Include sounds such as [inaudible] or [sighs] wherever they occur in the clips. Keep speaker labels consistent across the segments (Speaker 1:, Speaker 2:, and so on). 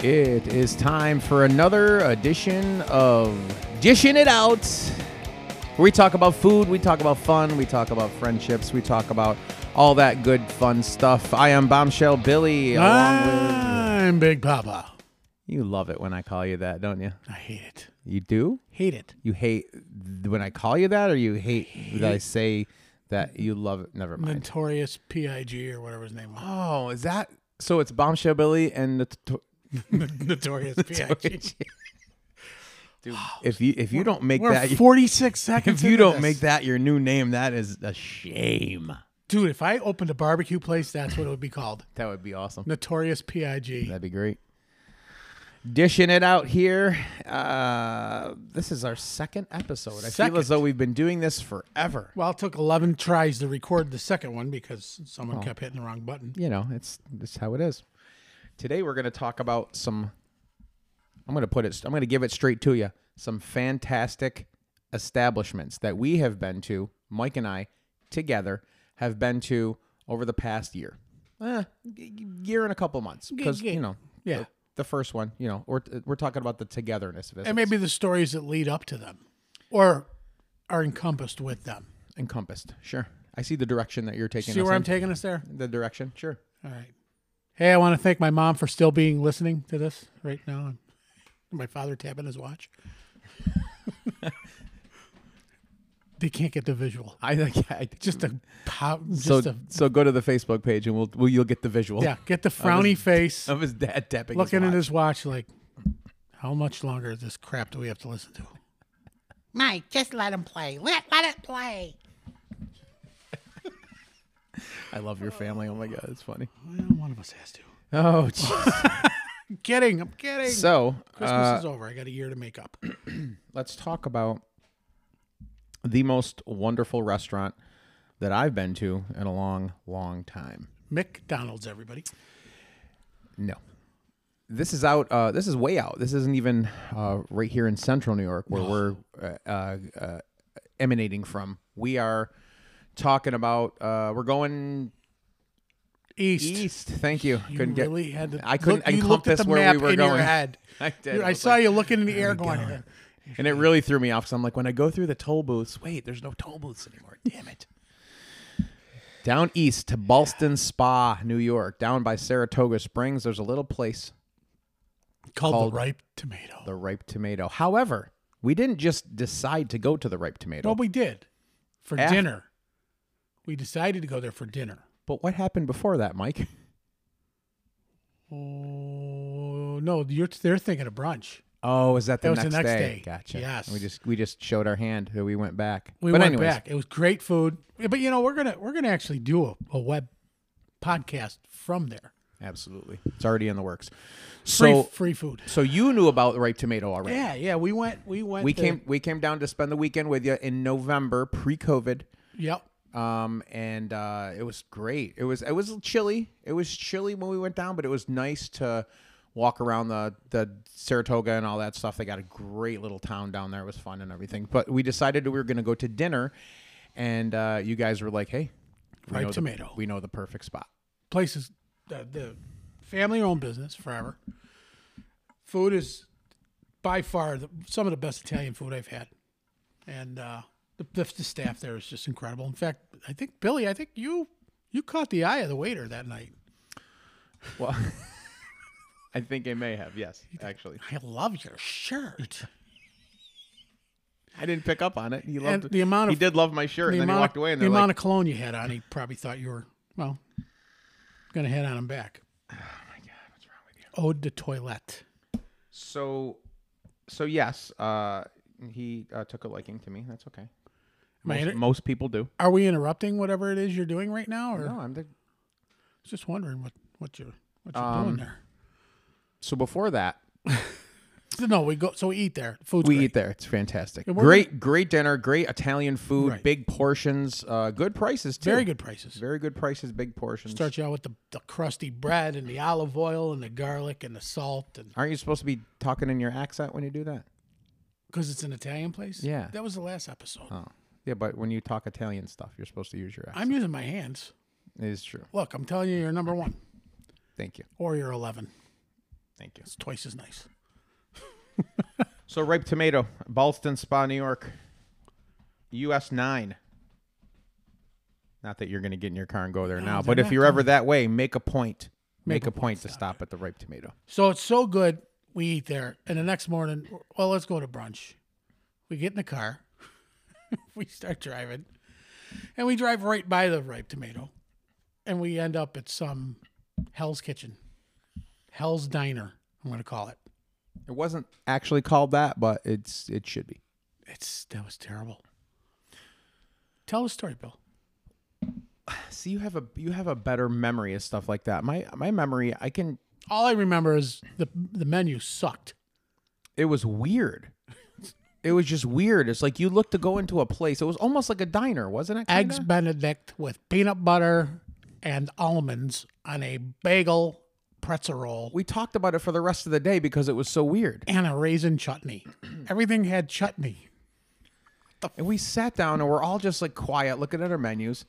Speaker 1: It is time for another edition of Dishing It Out. Where we talk about food, we talk about fun, we talk about friendships, we talk about all that good fun stuff. I am Bombshell Billy along
Speaker 2: Ah.
Speaker 1: with
Speaker 2: I'm Big Papa.
Speaker 1: You love it when I call you that, don't you?
Speaker 2: I hate it.
Speaker 1: You do?
Speaker 2: Hate it.
Speaker 1: You hate th- when I call you that or you hate, that I say that you love it? Never mind.
Speaker 2: Notorious P.I.G. or whatever his
Speaker 1: [laughs]
Speaker 2: name was.
Speaker 1: Oh, is that so it's Bombshell Billy and the t-
Speaker 2: Notorious P.I.G.
Speaker 1: Dude, if you if you don't make
Speaker 2: We're
Speaker 1: that [laughs]
Speaker 2: 46 seconds.
Speaker 1: if you
Speaker 2: into
Speaker 1: don't
Speaker 2: this.
Speaker 1: make that your new name, that is a shame.
Speaker 2: dude, if I opened a barbecue place, that's what it would be called.
Speaker 1: That would be awesome.
Speaker 2: Notorious P.I.G.
Speaker 1: That'd be great. Dishing it out here. Uh, this is our second episode. I feel
Speaker 2: Second.
Speaker 1: as though we've been doing this forever.
Speaker 2: Well, it took 11 tries to record the second one because
Speaker 1: Oh.
Speaker 2: someone kept hitting the wrong button.
Speaker 1: You know, it's it's how it is. Today we're going to talk about some. I'm going to put it. I'm going to give it straight to you. Some fantastic establishments that we have been to. Mike and I together have been to over the past year, eh, y- year and a couple months. Because
Speaker 2: yeah.
Speaker 1: you know,
Speaker 2: Yeah.
Speaker 1: the, the first one. You know, we're uh, we're talking about the togetherness of it.
Speaker 2: And maybe the stories that lead up to them or are encompassed with them.
Speaker 1: encompassed. Sure. I see the direction that you're taking.
Speaker 2: See
Speaker 1: us
Speaker 2: where I'm
Speaker 1: in.
Speaker 2: taking us there?
Speaker 1: the direction. Sure.
Speaker 2: All right. Hey, I want to thank my mom for still being listening to this right now. My father tapping
Speaker 1: [laughs]
Speaker 2: his watch. they can't get the visual. [laughs]
Speaker 1: I, I
Speaker 2: Just a pop. Just
Speaker 1: so
Speaker 2: a,
Speaker 1: so go to the Facebook page and we'll, we'll you'll get the visual.
Speaker 2: yeah, get the frowny
Speaker 1: [laughs]
Speaker 2: face
Speaker 1: of his dad tapping.
Speaker 2: looking
Speaker 1: his
Speaker 2: at
Speaker 1: watch.
Speaker 2: his watch like, how much longer of this crap do we have to listen to?
Speaker 3: Mike, just let him play. Let let it play.
Speaker 1: I love your family. Oh my god, it's funny.
Speaker 2: Well, one of us has to.
Speaker 1: [laughs] Oh,
Speaker 2: I'm kidding. I'm kidding.
Speaker 1: so
Speaker 2: Christmas
Speaker 1: uh,
Speaker 2: is over. I got a year to
Speaker 1: [clears throat]
Speaker 2: make up.
Speaker 1: let's talk about the most wonderful restaurant that I've been to in a long, long time.
Speaker 2: McDonald's, everybody.
Speaker 1: No, this is out. Uh, this is way out. This isn't even uh, right here in Central New York where we're uh, uh, uh, emanating from. We are talking about. Uh, we're going
Speaker 2: East.
Speaker 1: east. Thank you.
Speaker 2: You
Speaker 1: Couldn't
Speaker 2: really
Speaker 1: get.
Speaker 2: had to.
Speaker 1: I couldn't
Speaker 2: look, you looked at
Speaker 1: encompass
Speaker 2: the
Speaker 1: where
Speaker 2: map
Speaker 1: we were
Speaker 2: in
Speaker 1: going.
Speaker 2: Your head.
Speaker 1: [laughs] I did.
Speaker 2: You-
Speaker 1: It
Speaker 2: I
Speaker 1: was
Speaker 2: saw
Speaker 1: like-
Speaker 2: you looking in the air going.
Speaker 1: And it really threw me off. So I'm like, when I go through the toll booths, wait, there's no toll booths anymore. Damn it. Down east to Ballston Spa, New York, down by Saratoga Springs, there's a little place,
Speaker 2: [laughs] called,
Speaker 1: Called-
Speaker 2: the ripe tomato.
Speaker 1: the Ripe Tomato. However, we didn't just decide to go to the Ripe Tomato.
Speaker 2: well, we did for
Speaker 1: Af-
Speaker 2: dinner. We decided to go there for dinner.
Speaker 1: But what happened before that, Mike?
Speaker 2: Oh no, you're they're thinking of brunch.
Speaker 1: Oh, is that the,
Speaker 2: That was the
Speaker 1: next,
Speaker 2: next
Speaker 1: day?
Speaker 2: day.
Speaker 1: Gotcha.
Speaker 2: Yes.
Speaker 1: And we just we just showed our hand that we went back.
Speaker 2: We
Speaker 1: but
Speaker 2: went
Speaker 1: anyways,
Speaker 2: back. It was great food. Yeah, But you know we're gonna we're gonna actually do a, a web podcast from there.
Speaker 1: Absolutely. It's already in the works.
Speaker 2: Free,
Speaker 1: So
Speaker 2: free food.
Speaker 1: so you knew about the Ripe Tomato already.
Speaker 2: Yeah, yeah. We went. We
Speaker 1: [laughs]
Speaker 2: went.
Speaker 1: We
Speaker 2: to- [laughs]
Speaker 1: came we came down to spend the weekend with you in November pre-COVID.
Speaker 2: Yep.
Speaker 1: Um and uh it was great. It was it was chilly. It was chilly when we went down, but it was nice to walk around the the Saratoga and all that stuff. They got a great little town down there. It was fun and everything. But we decided we were going to go to dinner and uh you guys were like, "Hey, we
Speaker 2: Ripe
Speaker 1: know the-
Speaker 2: tomato.
Speaker 1: we know the perfect spot."
Speaker 2: places the, the family owned business forever. Food is by far the, some of the best Italian food I've had, and uh, the, the the staff there is just incredible. In fact, I think Billy, I think you you caught the eye of the waiter that night.
Speaker 1: Well, [laughs] I think I may have. Yes, actually.
Speaker 2: I love your shirt.
Speaker 1: I didn't pick up on it. He
Speaker 2: And
Speaker 1: loved
Speaker 2: the amount
Speaker 1: He
Speaker 2: of-
Speaker 1: did love my shirt, and then he
Speaker 2: amount
Speaker 1: walked
Speaker 2: of,
Speaker 1: away. And
Speaker 2: the
Speaker 1: they're
Speaker 2: amount
Speaker 1: like,
Speaker 2: of cologne you had on, he probably thought you were well gonna head on
Speaker 1: [sighs]
Speaker 2: him back. Oh my god, what's wrong with you? Ode to toilette.
Speaker 1: so, so yes, uh, he uh, took a liking to me. That's okay.
Speaker 2: My
Speaker 1: Most,
Speaker 2: inter-
Speaker 1: most people do.
Speaker 2: Are we interrupting whatever it is you're doing right now, or
Speaker 1: No, I'm the.
Speaker 2: was just wondering what what you're what you're
Speaker 1: Um,
Speaker 2: doing there.
Speaker 1: So before that,
Speaker 2: So, no, we go so we eat there. Food's
Speaker 1: we
Speaker 2: great.
Speaker 1: eat there. It's fantastic.
Speaker 2: we're
Speaker 1: Great, great dinner. Great Italian food.
Speaker 2: Right.
Speaker 1: Big portions. Uh, good prices too.
Speaker 2: very good prices.
Speaker 1: Very good prices. Big portions.
Speaker 2: Start you out with the, the crusty bread and the olive oil and the garlic and the salt and
Speaker 1: Aren't you supposed to be talking in your accent when you do that?
Speaker 2: because it's an Italian place.
Speaker 1: Yeah.
Speaker 2: that was the last episode.
Speaker 1: Oh, yeah. But when you talk Italian stuff, you're supposed to use your accent.
Speaker 2: I'm using my hands.
Speaker 1: it is true.
Speaker 2: Look, I'm telling you, you're number one
Speaker 1: Thank you.
Speaker 2: or you're eleven.
Speaker 1: Thank you.
Speaker 2: It's twice as nice.
Speaker 1: So ripe tomato, Ballston Spa, New York, U.S. nine. Not that you're going to get in your car and go there now,
Speaker 2: they're
Speaker 1: but if
Speaker 2: not
Speaker 1: you're ever that way, make a point. Make, a, point, to stop at the ripe tomato.
Speaker 2: So it's so good. We eat there, and the next morning, well, let's go to brunch. We get in the car, [laughs] we start driving, and we drive right by the ripe tomato, and we end up at some Hell's Kitchen, Hell's Diner. I'm going to call it.
Speaker 1: It wasn't actually called that, but it's it should be.
Speaker 2: It's that was terrible. Tell the story, Bill.
Speaker 1: See, you have a you have a better memory of stuff like that. My my memory, I can.
Speaker 2: All I remember is the the menu sucked.
Speaker 1: It was weird. It was just weird. It's like you looked to go into a place. It was almost like a diner, wasn't it?
Speaker 2: Eggs
Speaker 1: kinda?
Speaker 2: Benedict with peanut butter and almonds on a bagel pretzel roll.
Speaker 1: We talked about it for the rest of the day because it was so weird.
Speaker 2: and a raisin chutney.
Speaker 1: [clears throat]
Speaker 2: Everything had chutney.
Speaker 1: And we sat down and we're all just like quiet, looking at our menus.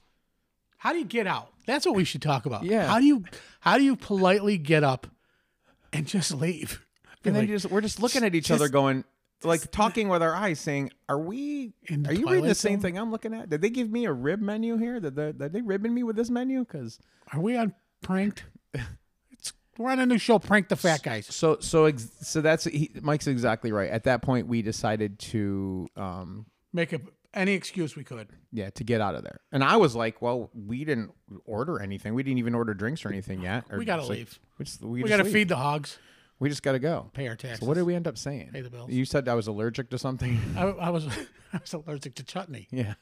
Speaker 2: How do you get out? That's what we should talk about.
Speaker 1: Yeah.
Speaker 2: How do you how do you politely get up and just leave?
Speaker 1: And
Speaker 2: Be
Speaker 1: then
Speaker 2: like,
Speaker 1: you just we're just looking at each
Speaker 2: just-
Speaker 1: other, going like talking with our eyes, saying, "Are we?
Speaker 2: In the
Speaker 1: are you reading the
Speaker 2: Twilight
Speaker 1: same
Speaker 2: Zone?
Speaker 1: thing I'm looking at? Did they give me a rib menu here? Did they, did they ribbon me with this menu? Because
Speaker 2: are we on pranked? It's we're on a new show, prank the fat guys.
Speaker 1: so so ex- so that's he, Mike's exactly right. At that point, we decided to um
Speaker 2: Make up any excuse we could.
Speaker 1: yeah to get out of there. And I was like, well, we didn't order anything. We didn't even order drinks or anything yet. Or
Speaker 2: We gotta
Speaker 1: just, like,
Speaker 2: leave.
Speaker 1: we just, we
Speaker 2: We
Speaker 1: just
Speaker 2: gotta
Speaker 1: leave.
Speaker 2: feed the hogs,
Speaker 1: We just gotta go.
Speaker 2: pay our taxes.
Speaker 1: So what did we end up saying?
Speaker 2: Pay the bills.
Speaker 1: You said I was allergic to something. [laughs]
Speaker 2: I, I was [laughs] I was allergic to chutney.
Speaker 1: yeah.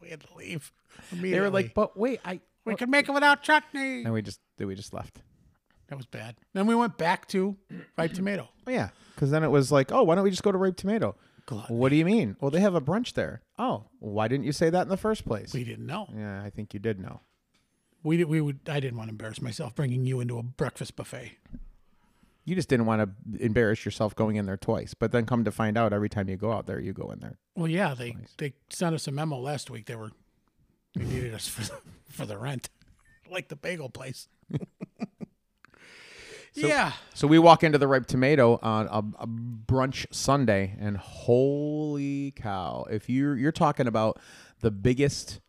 Speaker 2: We had to leave.
Speaker 1: They were
Speaker 2: immediately.
Speaker 1: like, but wait, I.
Speaker 2: we can make it without chutney.
Speaker 1: And we just we just left.
Speaker 2: That was bad. Then we went back to [clears throat] ripe tomato.
Speaker 1: Oh, yeah, because then it was like, oh, why don't we just go to Ripe Tomato?
Speaker 2: Gluttony.
Speaker 1: What do you mean? Well, they have a brunch there. Oh, why didn't you say that in the first place?
Speaker 2: We didn't know.
Speaker 1: yeah, I think you did know.
Speaker 2: We did, we would. I didn't want to embarrass myself bringing you into a breakfast buffet.
Speaker 1: You just didn't want to embarrass yourself going in there twice. But then come to find out, every time you go out there, you go in there.
Speaker 2: Well, yeah, they they sent us a memo last week. They were they needed us for for the rent, [laughs] like the bagel place. yeah,
Speaker 1: [laughs] So we walk into the Ripe Tomato on a, a brunch Sunday, and holy cow! If you're you're talking about the biggest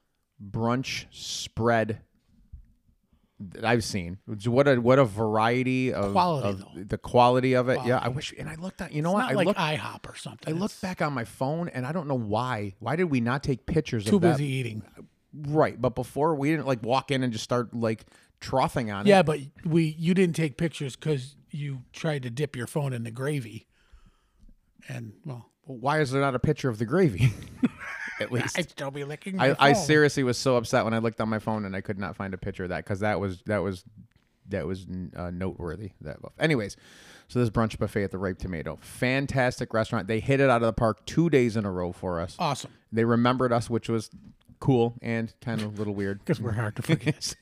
Speaker 1: brunch spread that I've seen, It's- what a what a variety of,
Speaker 2: Quality,
Speaker 1: of
Speaker 2: though.
Speaker 1: the quality of it. Yeah, I wish. And I looked at you know
Speaker 2: it's
Speaker 1: what
Speaker 2: not
Speaker 1: I
Speaker 2: like
Speaker 1: looked
Speaker 2: IHOP or something.
Speaker 1: I looked back on my phone, and I don't know why. Why did we not take pictures
Speaker 2: too
Speaker 1: of that?
Speaker 2: busy eating.
Speaker 1: Right, but before we didn't like walk in and just start like troughing on it.
Speaker 2: Yeah, but we you didn't take pictures because you tried to dip your phone in the gravy, and well,
Speaker 1: Why is there not a picture of the gravy? [laughs] At least
Speaker 2: I'd still be licking. My
Speaker 1: I, I
Speaker 2: phone.
Speaker 1: seriously was so upset when I looked on my phone and I could not find a picture of that because that was that was that was uh, noteworthy. That buff. anyways, so this brunch buffet at the Ripe Tomato, fantastic restaurant. They hit it out of the park two days in a row for us.
Speaker 2: awesome
Speaker 1: They remembered us, which was cool and kind of a little weird.
Speaker 2: because
Speaker 1: [laughs]
Speaker 2: we're hard to forget.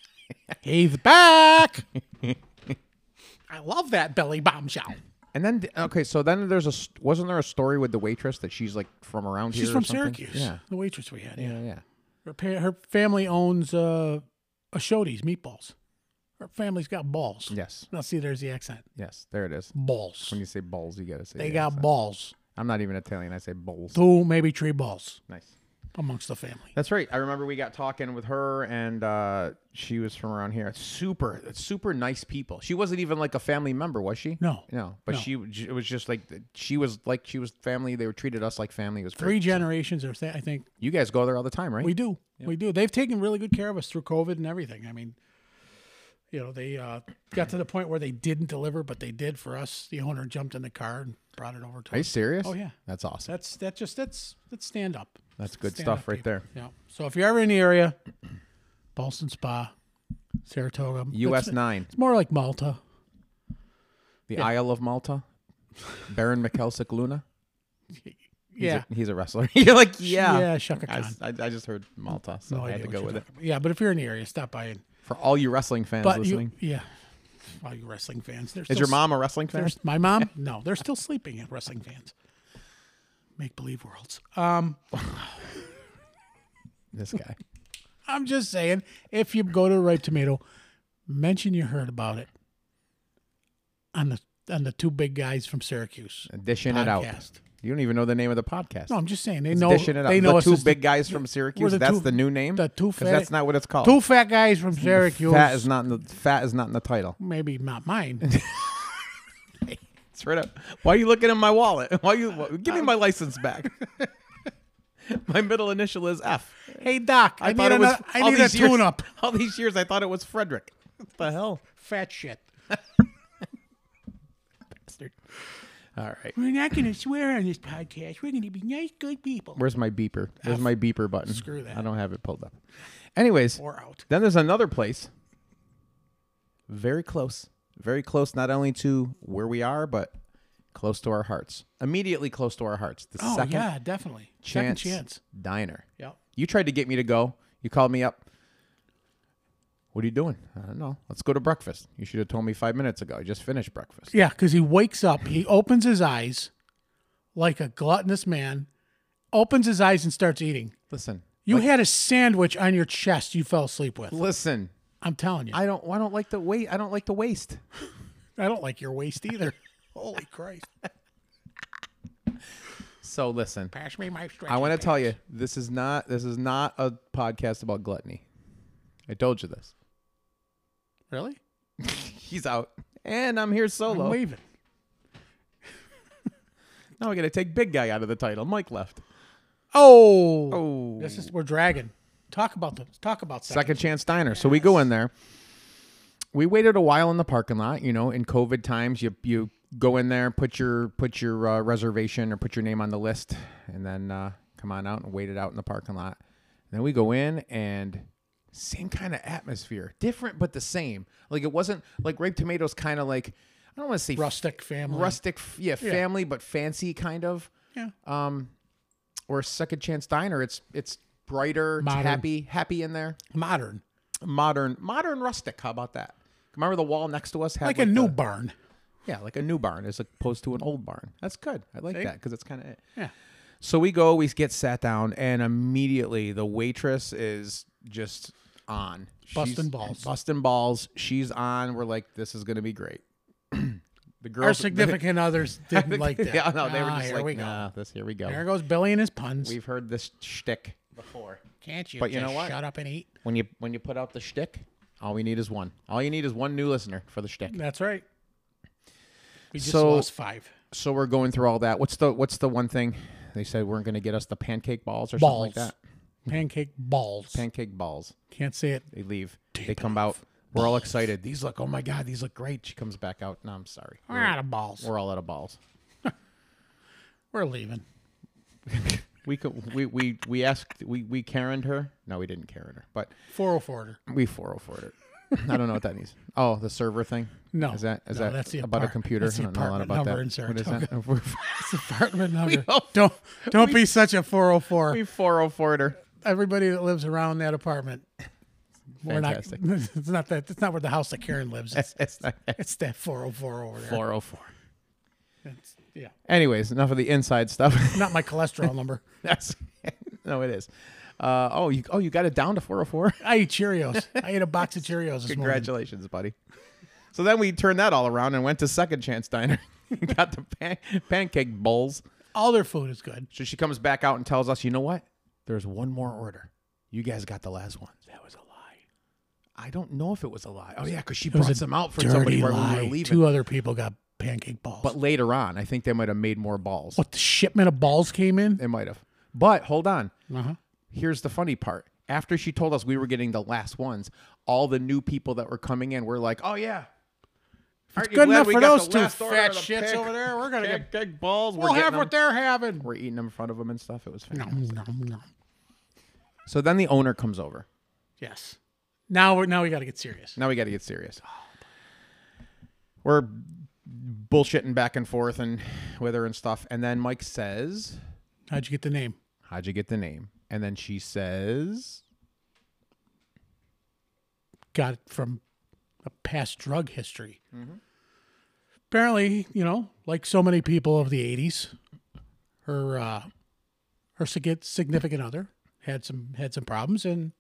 Speaker 2: He's back. I love that belly bombshell.
Speaker 1: And then okay, so then there's a st- wasn't there a story with the waitress that she's like from around here?
Speaker 2: She's
Speaker 1: or
Speaker 2: from
Speaker 1: something?
Speaker 2: Syracuse.
Speaker 1: Yeah,
Speaker 2: The waitress we had. Yeah.
Speaker 1: yeah, yeah.
Speaker 2: Her, pa- her family owns uh, Ashoti's meatballs. Her family's got balls.
Speaker 1: Yes,
Speaker 2: Now see, there's the accent.
Speaker 1: yes. There it is.
Speaker 2: Balls.
Speaker 1: When you say balls, you gotta say
Speaker 2: They
Speaker 1: yes.
Speaker 2: got balls.
Speaker 1: I'm not even Italian. I say bowls.
Speaker 2: Two, maybe three balls
Speaker 1: Nice.
Speaker 2: amongst the family.
Speaker 1: That's right. I remember we got talking with her, and uh, she was from around here. Super, super nice people. She wasn't even like a family member, was she?
Speaker 2: No.
Speaker 1: no. But
Speaker 2: No.
Speaker 1: she, it was just like she was like she was family. They were treated us like family. It was great.
Speaker 2: Three generations, or th- I think
Speaker 1: You guys go there all the time, right?
Speaker 2: we do. We do. They've taken really good care of us through COVID and everything. I mean, you know, they uh, got to the point where they didn't deliver, but they did for us. The owner jumped in the car and brought it over to
Speaker 1: Are you
Speaker 2: us.
Speaker 1: serious?
Speaker 2: Oh, yeah.
Speaker 1: That's awesome.
Speaker 2: That's that just that's that's stand up.
Speaker 1: That's good
Speaker 2: stand
Speaker 1: stuff
Speaker 2: up
Speaker 1: right
Speaker 2: people.
Speaker 1: there.
Speaker 2: Yeah. So if you're ever in the area, [clears throat] Boston Spa, Saratoga,
Speaker 1: U.S.
Speaker 2: It's,
Speaker 1: nine,
Speaker 2: it's more like Malta.
Speaker 1: the Isle of Malta. Baron Mikelsic Luna. He's
Speaker 2: Yeah.
Speaker 1: a, he's a wrestler. [laughs] You're like, yeah.
Speaker 2: Yeah, Shaka
Speaker 1: I,
Speaker 2: Khan.
Speaker 1: I, I just heard Malta, so
Speaker 2: No
Speaker 1: I had
Speaker 2: idea
Speaker 1: to
Speaker 2: what
Speaker 1: go
Speaker 2: you're
Speaker 1: with it.
Speaker 2: talking about. Yeah, but if you're in the area, stop by. And,
Speaker 1: For all you wrestling fans
Speaker 2: but
Speaker 1: listening,
Speaker 2: you, yeah, all you wrestling fans. They're
Speaker 1: is
Speaker 2: still
Speaker 1: your mom a wrestling fan?
Speaker 2: There's my mom. [laughs] No, they're still sleeping at wrestling fans. Make believe worlds. Um,
Speaker 1: This guy.
Speaker 2: I'm just saying, if you go to Ripe Tomato, mention you heard about it on the on the two big guys from Syracuse.
Speaker 1: Dishing it out.
Speaker 2: Podcast.
Speaker 1: You don't even know the name of the podcast.
Speaker 2: No, I'm just saying they
Speaker 1: It's
Speaker 2: know
Speaker 1: dishing it out.
Speaker 2: they know
Speaker 1: the
Speaker 2: us
Speaker 1: two
Speaker 2: as the-
Speaker 1: big guys from Syracuse.
Speaker 2: the
Speaker 1: that's
Speaker 2: two-
Speaker 1: the new name.
Speaker 2: the two
Speaker 1: 'Cause
Speaker 2: fat-
Speaker 1: that's not what it's called.
Speaker 2: two fat guys from Syracuse.
Speaker 1: fat is not in the fat is not in the title. [laughs]
Speaker 2: maybe not mine.
Speaker 1: It's right up. Why are you looking in my wallet? [laughs] Why you wh- give me my license back? [laughs] my middle initial is F.
Speaker 2: hey Doc, I,
Speaker 1: thought
Speaker 2: need,
Speaker 1: it was-
Speaker 2: another, I
Speaker 1: all
Speaker 2: need a
Speaker 1: these years-
Speaker 2: tune up.
Speaker 1: [laughs] All these years, I thought it was Frederick. What the hell, [laughs]
Speaker 2: Fat shit.
Speaker 1: bastard! All right,
Speaker 2: We're not going to swear on this podcast. We're going to be nice, good people.
Speaker 1: where's my beeper? Where's my beeper button?
Speaker 2: Screw that.
Speaker 1: I don't have it pulled up. Anyways,
Speaker 2: Or out.
Speaker 1: Then there's another place very close, very close not only to where we are, but close to our hearts. Immediately close to our hearts. The
Speaker 2: Oh
Speaker 1: second
Speaker 2: yeah, definitely.
Speaker 1: chance,
Speaker 2: Second chance.
Speaker 1: diner.
Speaker 2: Yep.
Speaker 1: You tried to get me to go. You called me up. What are you doing? I don't know. Let's go to breakfast. You should have told me five minutes ago. I just finished breakfast.
Speaker 2: Yeah, because he wakes up, he opens his eyes like a gluttonous man, opens his eyes and starts eating.
Speaker 1: Listen,
Speaker 2: You had a sandwich on your chest you fell asleep with.
Speaker 1: listen.
Speaker 2: I'm telling you. I,
Speaker 1: I don't. I don't like the wait. I don't like the waste.
Speaker 2: don't like your waist [laughs] either. Holy Christ.
Speaker 1: So listen.
Speaker 2: Pass me my stretch.
Speaker 1: I want to tell you, this is not this is not a podcast about gluttony. I told you this.
Speaker 2: Really?
Speaker 1: He's out, and I'm here
Speaker 2: I'm
Speaker 1: solo.
Speaker 2: leaving.
Speaker 1: now I got to take big guy out of the title. Mike left.
Speaker 2: Oh.
Speaker 1: Oh.
Speaker 2: This is we're dragging. Talk about the talk about sex.
Speaker 1: Second Chance Diner. So we go in there. We waited a while in the parking lot. You know, in COVID times, you you go in there, put your put your uh, reservation or put your name on the list, and then uh, come on out and wait it out in the parking lot. And then we go in and same kind of atmosphere, different but the same. Like it wasn't like Grape Tomatoes, kind of like I don't want to say
Speaker 2: Rustic family.
Speaker 1: rustic, f- yeah, family but fancy kind of.
Speaker 2: Yeah.
Speaker 1: Or Second Chance Diner, it's it's brighter, it's
Speaker 2: Modern.
Speaker 1: happy, happy in there.
Speaker 2: Modern.
Speaker 1: modern modern rustic. How about that? Remember the wall next to us had
Speaker 2: Like, a new
Speaker 1: the-
Speaker 2: barn.
Speaker 1: yeah, like a new barn as opposed to an old barn. That's good. I like that 'cause that because it's kind of it.
Speaker 2: Yeah.
Speaker 1: So we go, we get sat down, and immediately the waitress is just on
Speaker 2: Busting
Speaker 1: She's
Speaker 2: balls.
Speaker 1: busting balls. She's on. We're like, this is gonna be great. [clears throat] the girls, [laughs]
Speaker 2: Our [laughs] significant others didn't like that.
Speaker 1: yeah, no, they were
Speaker 2: Ah,
Speaker 1: just
Speaker 2: here
Speaker 1: like,
Speaker 2: we go.
Speaker 1: nah, this here we go.
Speaker 2: There goes Billy and his puns.
Speaker 1: We've heard this shtick before.
Speaker 2: Can't you
Speaker 1: But you
Speaker 2: just
Speaker 1: know what?
Speaker 2: shut up and eat?
Speaker 1: When you when you put out the shtick, all we need is one. All you need is one new listener for the shtick.
Speaker 2: That's right. We just
Speaker 1: So-
Speaker 2: lost five.
Speaker 1: so we're going through all that. What's the what's the one thing they said weren't going to get us the pancake balls or
Speaker 2: Balls.
Speaker 1: something like that?
Speaker 2: Pancake balls.
Speaker 1: Pancake balls.
Speaker 2: Can't say it.
Speaker 1: They leave. they come out. We're all excited. These look. Oh my god, these look great. She comes back out. No, I'm sorry.
Speaker 2: We're out of balls. We're,
Speaker 1: We're all out of balls. [laughs]
Speaker 2: leaving.
Speaker 1: We could. We we we asked. We we Karened her. No, we didn't Karen her, but
Speaker 2: 404
Speaker 1: we 404 it. I don't know what that means. Oh, the server thing.
Speaker 2: No.
Speaker 1: is that is
Speaker 2: No,
Speaker 1: that
Speaker 2: that's the
Speaker 1: about a
Speaker 2: apart-
Speaker 1: computer?
Speaker 2: that's the
Speaker 1: I don't know a lot
Speaker 2: apartment
Speaker 1: about that.
Speaker 2: number in
Speaker 1: What [laughs]
Speaker 2: [laughs]
Speaker 1: is that?
Speaker 2: It's apartment number.
Speaker 1: all-
Speaker 2: Don't don't be such a 404.
Speaker 1: we 404 'd her.
Speaker 2: Everybody that lives around that apartment. We're not,
Speaker 1: Fantastic.
Speaker 2: [laughs] it's not that. It's not where the house that Karen
Speaker 1: [laughs]
Speaker 2: lives. It's,
Speaker 1: It's not
Speaker 2: it's that 404 over there.
Speaker 1: 404.
Speaker 2: It's- yeah.
Speaker 1: Anyways, enough of the inside stuff. [laughs]
Speaker 2: Not my cholesterol [laughs] number.
Speaker 1: That's no, it is. Uh, oh, you oh you got it down to 404.
Speaker 2: I eat Cheerios. I ate a box of Cheerios this morning.
Speaker 1: Congratulations, buddy. So then we turned that all around and went to Second Chance Diner. [laughs] got the pan- pancake bowls.
Speaker 2: All their food is good.
Speaker 1: So she comes back out and tells us, you know what? There's one more order. You guys got the last one.
Speaker 2: That was a lie.
Speaker 1: I don't know if it was a lie. Oh yeah, because she
Speaker 2: was
Speaker 1: brought
Speaker 2: a
Speaker 1: some out for
Speaker 2: Dirty
Speaker 1: somebody while we
Speaker 2: lie.
Speaker 1: were leaving.
Speaker 2: Two other people got pancake balls.
Speaker 1: But later on, I think they might have made more balls.
Speaker 2: what the shipment of balls came in?
Speaker 1: They might have. But hold on.
Speaker 2: Uh-huh.
Speaker 1: here's the funny part. After she told us we were getting the last ones, all the new people that were coming in were like, "Oh yeah, Aren't you
Speaker 2: good
Speaker 1: glad
Speaker 2: enough
Speaker 1: we
Speaker 2: for
Speaker 1: got
Speaker 2: those
Speaker 1: the
Speaker 2: two
Speaker 1: last order
Speaker 2: fat
Speaker 1: of the
Speaker 2: shits over there. We're gonna get-
Speaker 1: pancake balls.
Speaker 2: We'll
Speaker 1: getting
Speaker 2: have
Speaker 1: them.
Speaker 2: what they're having.
Speaker 1: We're eating them in front of them and stuff. It was
Speaker 2: Nom,
Speaker 1: fantastic.
Speaker 2: nom, nom.
Speaker 1: So then the owner comes over.
Speaker 2: Yes. Now we're now we got to get serious.
Speaker 1: Now we got to get serious. We're bullshitting back and forth and with her and stuff. And then Mike says,
Speaker 2: How'd you get the name?
Speaker 1: "How'd you get the name?" And then she says,
Speaker 2: Got it from a past drug history. Apparently, you know, like so many people of the '80s, her uh, her sig- significant other had some had some problems and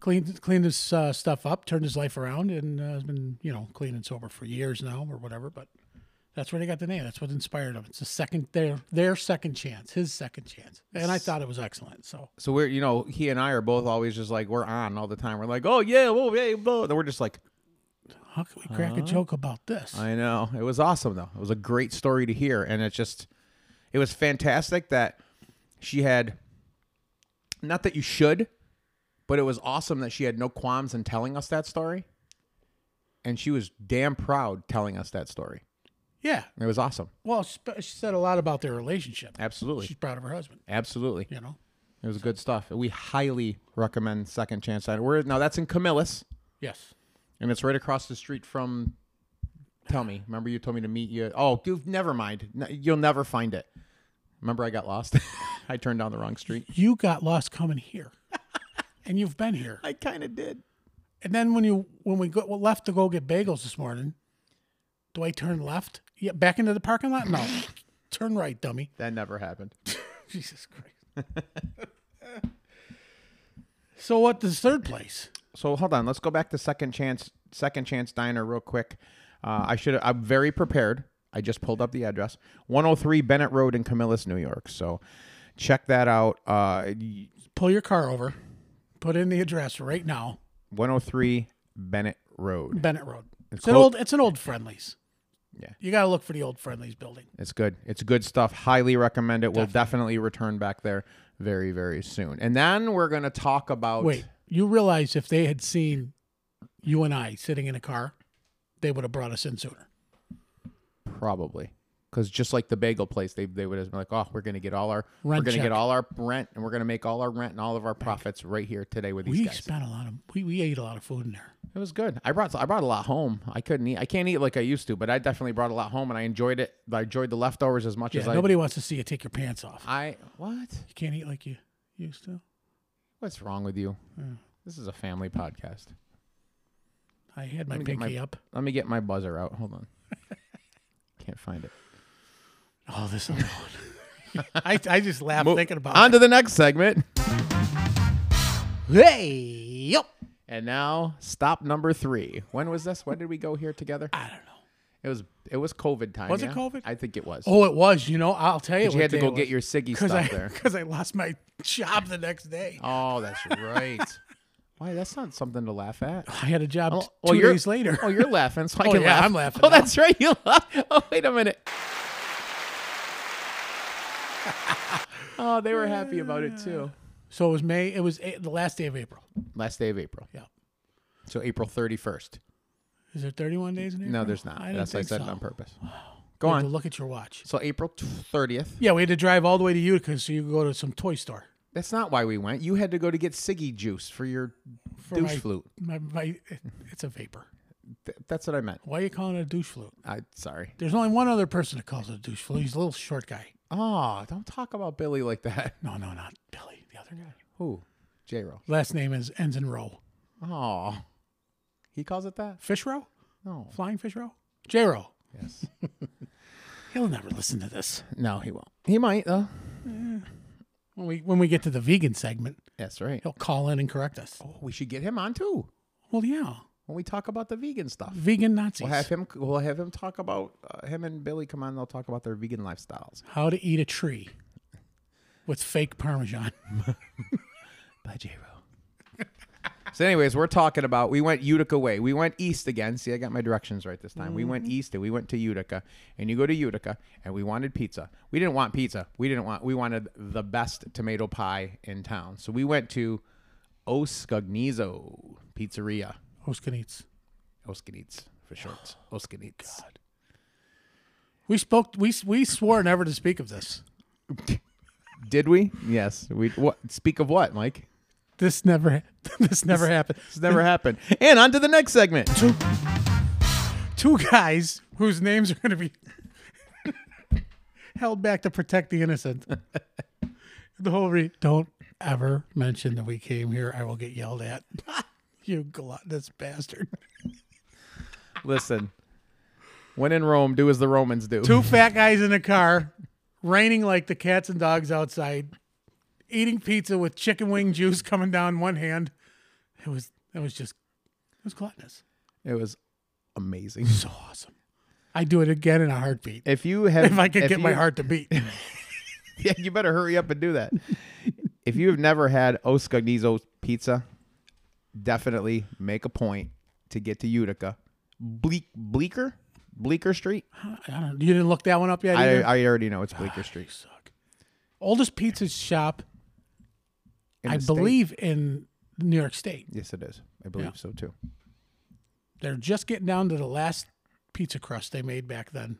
Speaker 2: cleaned cleaned his uh, stuff up, turned his life around, and uh, has been you know clean and sober for years now or whatever. But That's where they got the name. That's what inspired him. It's a second their their second chance, his second chance, and I thought it was excellent. So
Speaker 1: So we're you know he and I are both always just like we're on all the time. We're like oh yeah whoa yeah blah. Then we're just like
Speaker 2: how can we crack a joke about this?
Speaker 1: I know it was awesome though. It was a great story to hear, and it just it was fantastic that she had not that you should, but it was awesome that she had no qualms in telling us that story, and she was damn proud telling us that story.
Speaker 2: yeah.
Speaker 1: It was awesome.
Speaker 2: Well, she, sp- she said a lot about their relationship.
Speaker 1: Absolutely,
Speaker 2: She's proud of her husband.
Speaker 1: absolutely.
Speaker 2: You know.
Speaker 1: It was good stuff. We highly recommend Second Chance Diner. We're now that's in Camillus,
Speaker 2: Yes.
Speaker 1: and it's right across the street from. Tell me, remember you told me to meet you. Oh, you never mind. N- You'll never find it. Remember I got lost. [laughs] I turned down the wrong street.
Speaker 2: You got lost coming here, [laughs] and you've been here.
Speaker 1: I kind of did.
Speaker 2: And then when you when we go, well, left to go get bagels this morning, do I turn left? Yeah, back into the parking lot? No, [coughs] turn right, dummy. [laughs]
Speaker 1: That never happened.
Speaker 2: Jesus Christ. [laughs] so what does third place?
Speaker 1: So hold on. Let's go back to Second Chance Second Chance Diner real quick. Uh, I should. I'm very prepared. I just pulled up the address, 103 Bennett Road in Camillus, New York. So check that out. Uh, y-
Speaker 2: Pull your car over, put in the address right now,
Speaker 1: 103 Bennett Road.
Speaker 2: Bennett Road. It's, an
Speaker 1: clo-
Speaker 2: old it's an old friendlies.
Speaker 1: Yeah.
Speaker 2: You gotta look for the old friendlies building.
Speaker 1: It's good. It's good stuff. Highly recommend it. We'll definitely return back there very, very soon. And then we're going to talk about.
Speaker 2: Wait, you realize if they had seen you and I sitting in a car, they would have brought us in sooner.
Speaker 1: Probably. Because just like the bagel place, they, they would have been like, oh, we're going to get all our
Speaker 2: Rent
Speaker 1: we're going to
Speaker 2: check.
Speaker 1: get all our rent and we're going to make all our rent and all of our profits right here today with these
Speaker 2: We
Speaker 1: guys.
Speaker 2: spent a lot of we, we ate a lot of food in there.
Speaker 1: It was good. I brought I brought a lot home. I couldn't eat. I can't eat like I used to, but I definitely brought a lot home and I enjoyed it. I enjoyed the leftovers as much
Speaker 2: Yeah,
Speaker 1: as I.
Speaker 2: nobody wants to see you take your pants off.
Speaker 1: I what?
Speaker 2: You can't eat like you used to.
Speaker 1: What's wrong with you? This is a family podcast.
Speaker 2: I had my
Speaker 1: me get my-
Speaker 2: pinky up.
Speaker 1: Let me get my buzzer out. Hold on. [laughs] Can't find it.
Speaker 2: Oh,
Speaker 1: [laughs]
Speaker 2: this alone. I, I just laugh
Speaker 1: Mo-
Speaker 2: thinking about
Speaker 1: on to the next segment.
Speaker 2: it. Hey, yep.
Speaker 1: And now stop number three. When was this? When did we go here together?
Speaker 2: I don't know.
Speaker 1: It was it was COVID time.
Speaker 2: Was it
Speaker 1: yeah?
Speaker 2: COVID?
Speaker 1: I think it was.
Speaker 2: Oh, it was. You know, I'll tell you.
Speaker 1: you
Speaker 2: what
Speaker 1: had to
Speaker 2: day
Speaker 1: go
Speaker 2: it
Speaker 1: get
Speaker 2: was.
Speaker 1: your Siggy stuff
Speaker 2: I, [laughs]
Speaker 1: there.
Speaker 2: Because I lost my job the next day.
Speaker 1: Oh, that's right. Why? That's not something to laugh at.
Speaker 2: I had a job t-
Speaker 1: well,
Speaker 2: two
Speaker 1: you're-
Speaker 2: days later.
Speaker 1: Oh, you're laughing, so I
Speaker 2: [laughs] Oh,
Speaker 1: can
Speaker 2: yeah,
Speaker 1: laugh.
Speaker 2: I'm laughing
Speaker 1: Oh,
Speaker 2: now.
Speaker 1: that's right. You laugh. Oh, wait a
Speaker 2: [laughs]
Speaker 1: minute. oh, they were happy about it too.
Speaker 2: So it was May. It was a- the last day of April.
Speaker 1: [sighs] Last day of April.
Speaker 2: Yeah.
Speaker 1: So April 31st.
Speaker 2: Is there 31 days in April?
Speaker 1: No, there's not.
Speaker 2: I didn't
Speaker 1: That's I
Speaker 2: think
Speaker 1: said
Speaker 2: so.
Speaker 1: it on purpose. Go
Speaker 2: You have to
Speaker 1: on.
Speaker 2: look at your watch.
Speaker 1: So April t- 30th.
Speaker 2: Yeah, we had to drive all the way to Utica so you could go to some toy store.
Speaker 1: That's not why we went. You had to go to get Siggy juice for your
Speaker 2: For
Speaker 1: douche
Speaker 2: my-
Speaker 1: flute.
Speaker 2: My, my, it's a vapor.
Speaker 1: Th- that's what I meant.
Speaker 2: Why are you calling it a douche flute?
Speaker 1: I sorry.
Speaker 2: There's only one other person that calls it a douche flute. He's a little short guy.
Speaker 1: Oh, don't talk about Billy like that. [laughs]
Speaker 2: No, no, not Billy, the other guy.
Speaker 1: Who? J Row.
Speaker 2: Last name is ends in row.
Speaker 1: Oh. He calls it that?
Speaker 2: Fish row?
Speaker 1: No.
Speaker 2: Flying fish row? J row.
Speaker 1: Yes.
Speaker 2: He'll never listen to this.
Speaker 1: No, he won't. He might though.
Speaker 2: When we when we get to the vegan segment,
Speaker 1: That's right.
Speaker 2: he'll call in and correct us.
Speaker 1: Oh, we should get him on too
Speaker 2: Well, yeah,
Speaker 1: when we talk about the vegan stuff.
Speaker 2: vegan Nazis.
Speaker 1: We'll have him. We'll have him talk about uh, him and Billy. Come on, they'll talk about their vegan lifestyles.
Speaker 2: How to eat a tree with fake parmesan. [laughs]
Speaker 1: By J [laughs] so, anyways, we're talking about we went Utica way. We went east again. See, I got my directions right this time. We went east and we went to Utica. And you go to Utica and we wanted pizza. We didn't want pizza. We didn't want. We wanted the best tomato pie in town. So we went to Oscognizo Pizzeria.
Speaker 2: Who's gonna eat?
Speaker 1: Oscanitz for
Speaker 2: [gasps]
Speaker 1: short.
Speaker 2: Oh,
Speaker 1: Oscanitz.
Speaker 2: We spoke. We we swore never to speak of this.
Speaker 1: Did we? Yes. We what speak of what, Mike?
Speaker 2: This never. [laughs] This never happened.
Speaker 1: This [laughs] never happened. And on to the next segment.
Speaker 2: two two guys whose names are going to be [laughs] held back to protect the innocent. [laughs] the whole re- don't ever mention that we came here. I will get yelled at. [laughs] you gluttonous bastard.
Speaker 1: Listen. When in Rome, do as the Romans do.
Speaker 2: Two fat guys in a car, raining like the cats and dogs outside, eating pizza with chicken wing juice coming down one hand. It was that was just it was gluttonous. [laughs]
Speaker 1: It was amazing.
Speaker 2: So awesome. I do it again in a heartbeat. [laughs]
Speaker 1: If you have,
Speaker 2: If I could get my
Speaker 1: you-
Speaker 2: heart to beat.
Speaker 1: [laughs] yeah, you better hurry up and do that. if you have never had Oscagnizo pizza, definitely make a point to get to Utica, Bleak Bleecker, Bleecker Street.
Speaker 2: I don't, you didn't look that one up yet.
Speaker 1: I,
Speaker 2: Either?
Speaker 1: I already know it's
Speaker 2: [sighs]
Speaker 1: Bleecker Street.
Speaker 2: Oldest pizza shop,
Speaker 1: in
Speaker 2: I
Speaker 1: the state.
Speaker 2: believe, in New York State.
Speaker 1: Yes, it is. I believe so too.
Speaker 2: They're just getting down to the last pizza crust they made back then.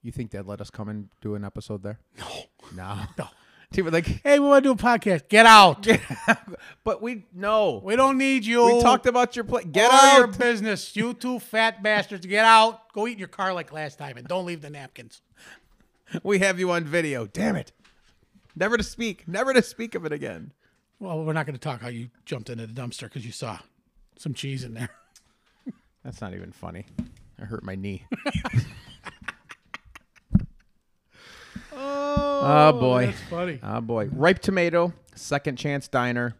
Speaker 1: You think they'd let us come and do an episode there?
Speaker 2: No.
Speaker 1: [laughs] No.
Speaker 2: No.
Speaker 1: Dude, we're like, [laughs]
Speaker 2: Hey, we want to do a podcast. Get out.
Speaker 1: but we no.
Speaker 2: We don't need you.
Speaker 1: We talked about your play. Get
Speaker 2: All your
Speaker 1: out.
Speaker 2: business, you two fat bastards. Get out. Go eat in your car like last time, and don't leave the napkins.
Speaker 1: We have you on video. Damn it. Never to speak. Never to speak of it again.
Speaker 2: Well, we're not going to talk how you jumped into the dumpster because you saw some cheese in there.
Speaker 1: That's not even funny. I hurt my [laughs] knee. oh, boy.
Speaker 2: That's funny.
Speaker 1: Oh boy. Ripe Tomato, Second Chance Diner,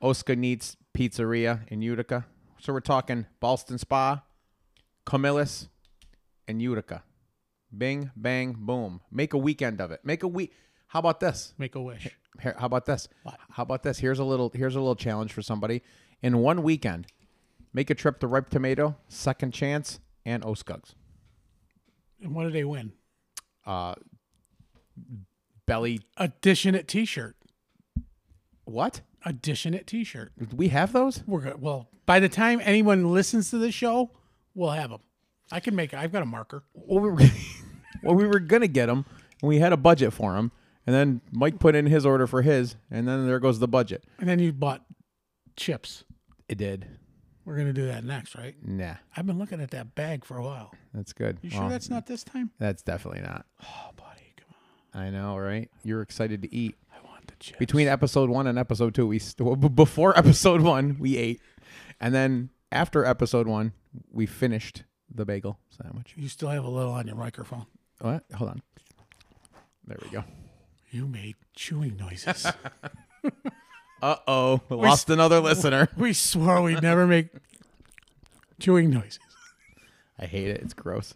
Speaker 1: Oscar Neats Pizzeria in Utica. So we're talking Boston Spa, Camillus, and Utica. Bing, bang, boom. Make a weekend of it. Make a week. How about this?
Speaker 2: Make a wish.
Speaker 1: Here, how about this? How about this? Here's a little here's a little challenge for somebody. In one weekend, make a trip to Ripe Tomato, Second Chance, and Oskugs.
Speaker 2: And what do they win?
Speaker 1: Belly
Speaker 2: Addition it T-shirt.
Speaker 1: what?
Speaker 2: Addition it T-shirt.
Speaker 1: Do we have those?
Speaker 2: We're good. Well, by the time anyone listens to this show, we'll have them. I can make. I've got a marker.
Speaker 1: Well, we [laughs] were, well, we were gonna get them, and we had a budget for them, and then Mike put in his order for his, and then there goes the budget.
Speaker 2: And then you bought chips.
Speaker 1: It did.
Speaker 2: We're gonna do that next, right?
Speaker 1: Nah,
Speaker 2: I've been looking at that bag for a while.
Speaker 1: that's good.
Speaker 2: You sure
Speaker 1: Well,
Speaker 2: that's not this time?
Speaker 1: that's definitely not.
Speaker 2: Oh, buddy, come
Speaker 1: I know, right? You're excited to eat.
Speaker 2: on. I want the chips.
Speaker 1: between episode one and episode two, we st- well, b- before [laughs] episode one we ate, and then after episode one we finished the bagel sandwich.
Speaker 2: You still have a little on your microphone.
Speaker 1: What? Hold on. There we go.
Speaker 2: You made
Speaker 1: [laughs]
Speaker 2: chewing noises.
Speaker 1: Uh oh, lost another listener.
Speaker 2: we swore we'd never make chewing noises.
Speaker 1: I hate it. It's gross.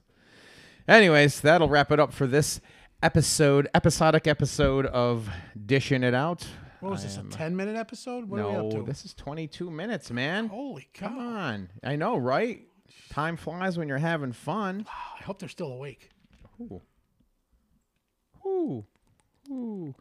Speaker 1: Anyways, that'll wrap it up for this episode, episodic episode of dishing it out.
Speaker 2: What was this? A ten-minute episode? What are we
Speaker 1: No,
Speaker 2: up to?
Speaker 1: this is 22 minutes, man.
Speaker 2: Holy
Speaker 1: Come
Speaker 2: cow!
Speaker 1: on. I know, right? Time flies when you're having fun.
Speaker 2: I hope they're still awake.
Speaker 1: Ooh. Ooh. Ooh.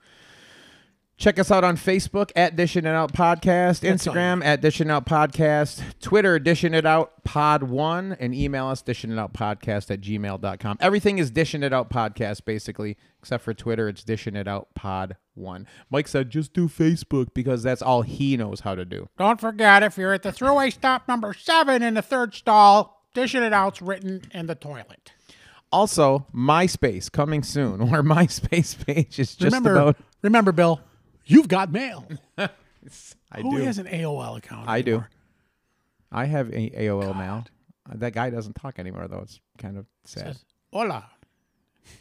Speaker 1: Check us out on Facebook at Dishing It Out Podcast,
Speaker 2: That's all
Speaker 1: Instagram at Dishing It Out Podcast, Twitter Dishing It Out Pod One, and email us Dishing It Out Podcast at gmail.com. Everything is Dishing It Out Podcast, basically, except for Twitter. It's Dishing It Out Pod One. Mike said just do Facebook because that's all he knows how to do.
Speaker 2: Don't forget if you're at the throwaway stop number seven in the third stall, dishing it out's written in the toilet.
Speaker 1: Also, MySpace coming soon. [laughs] Our MySpace page is just
Speaker 2: Remember,
Speaker 1: about.
Speaker 2: remember, Bill, you've got mail.
Speaker 1: I
Speaker 2: Who
Speaker 1: do.
Speaker 2: has an AOL account?
Speaker 1: I do.
Speaker 2: anymore?
Speaker 1: I have a AOL now. Uh, That guy doesn't talk anymore, though. It's kind of sad.
Speaker 2: Hola.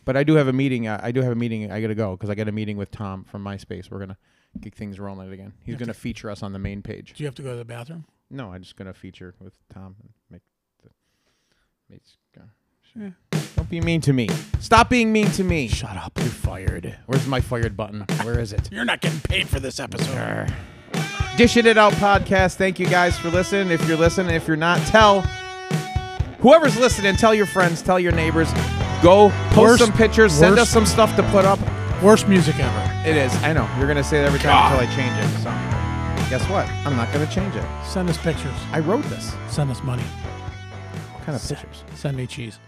Speaker 1: But I do have a meeting. Uh, I do have a meeting. I gotta go because I got a meeting with Tom from MySpace. We're gonna get things rolling again. He's gonna feature us on the main page.
Speaker 2: Do you have to go to the bathroom?
Speaker 1: No, I'm just gonna feature with Tom and make the. It's, uh, Don't be mean to me. Stop being mean to me.
Speaker 2: Shut up. You're fired.
Speaker 1: Where's my fired button? Where is it?
Speaker 2: You're not getting paid for this episode.
Speaker 1: Dishing It Out podcast. Thank you guys for listening. If you're listening, if you're not, tell whoever's listening, tell your friends, tell your neighbors. Go post
Speaker 2: Worst-
Speaker 1: some pictures, send
Speaker 2: worst-
Speaker 1: us some stuff to put up.
Speaker 2: Worst music ever.
Speaker 1: It is. I know. You're going to say it every time until I change it. So, guess what? I'm not going to change it.
Speaker 2: Send us pictures.
Speaker 1: I wrote this.
Speaker 2: Send us money.
Speaker 1: What kind of pictures?
Speaker 2: Send me cheese.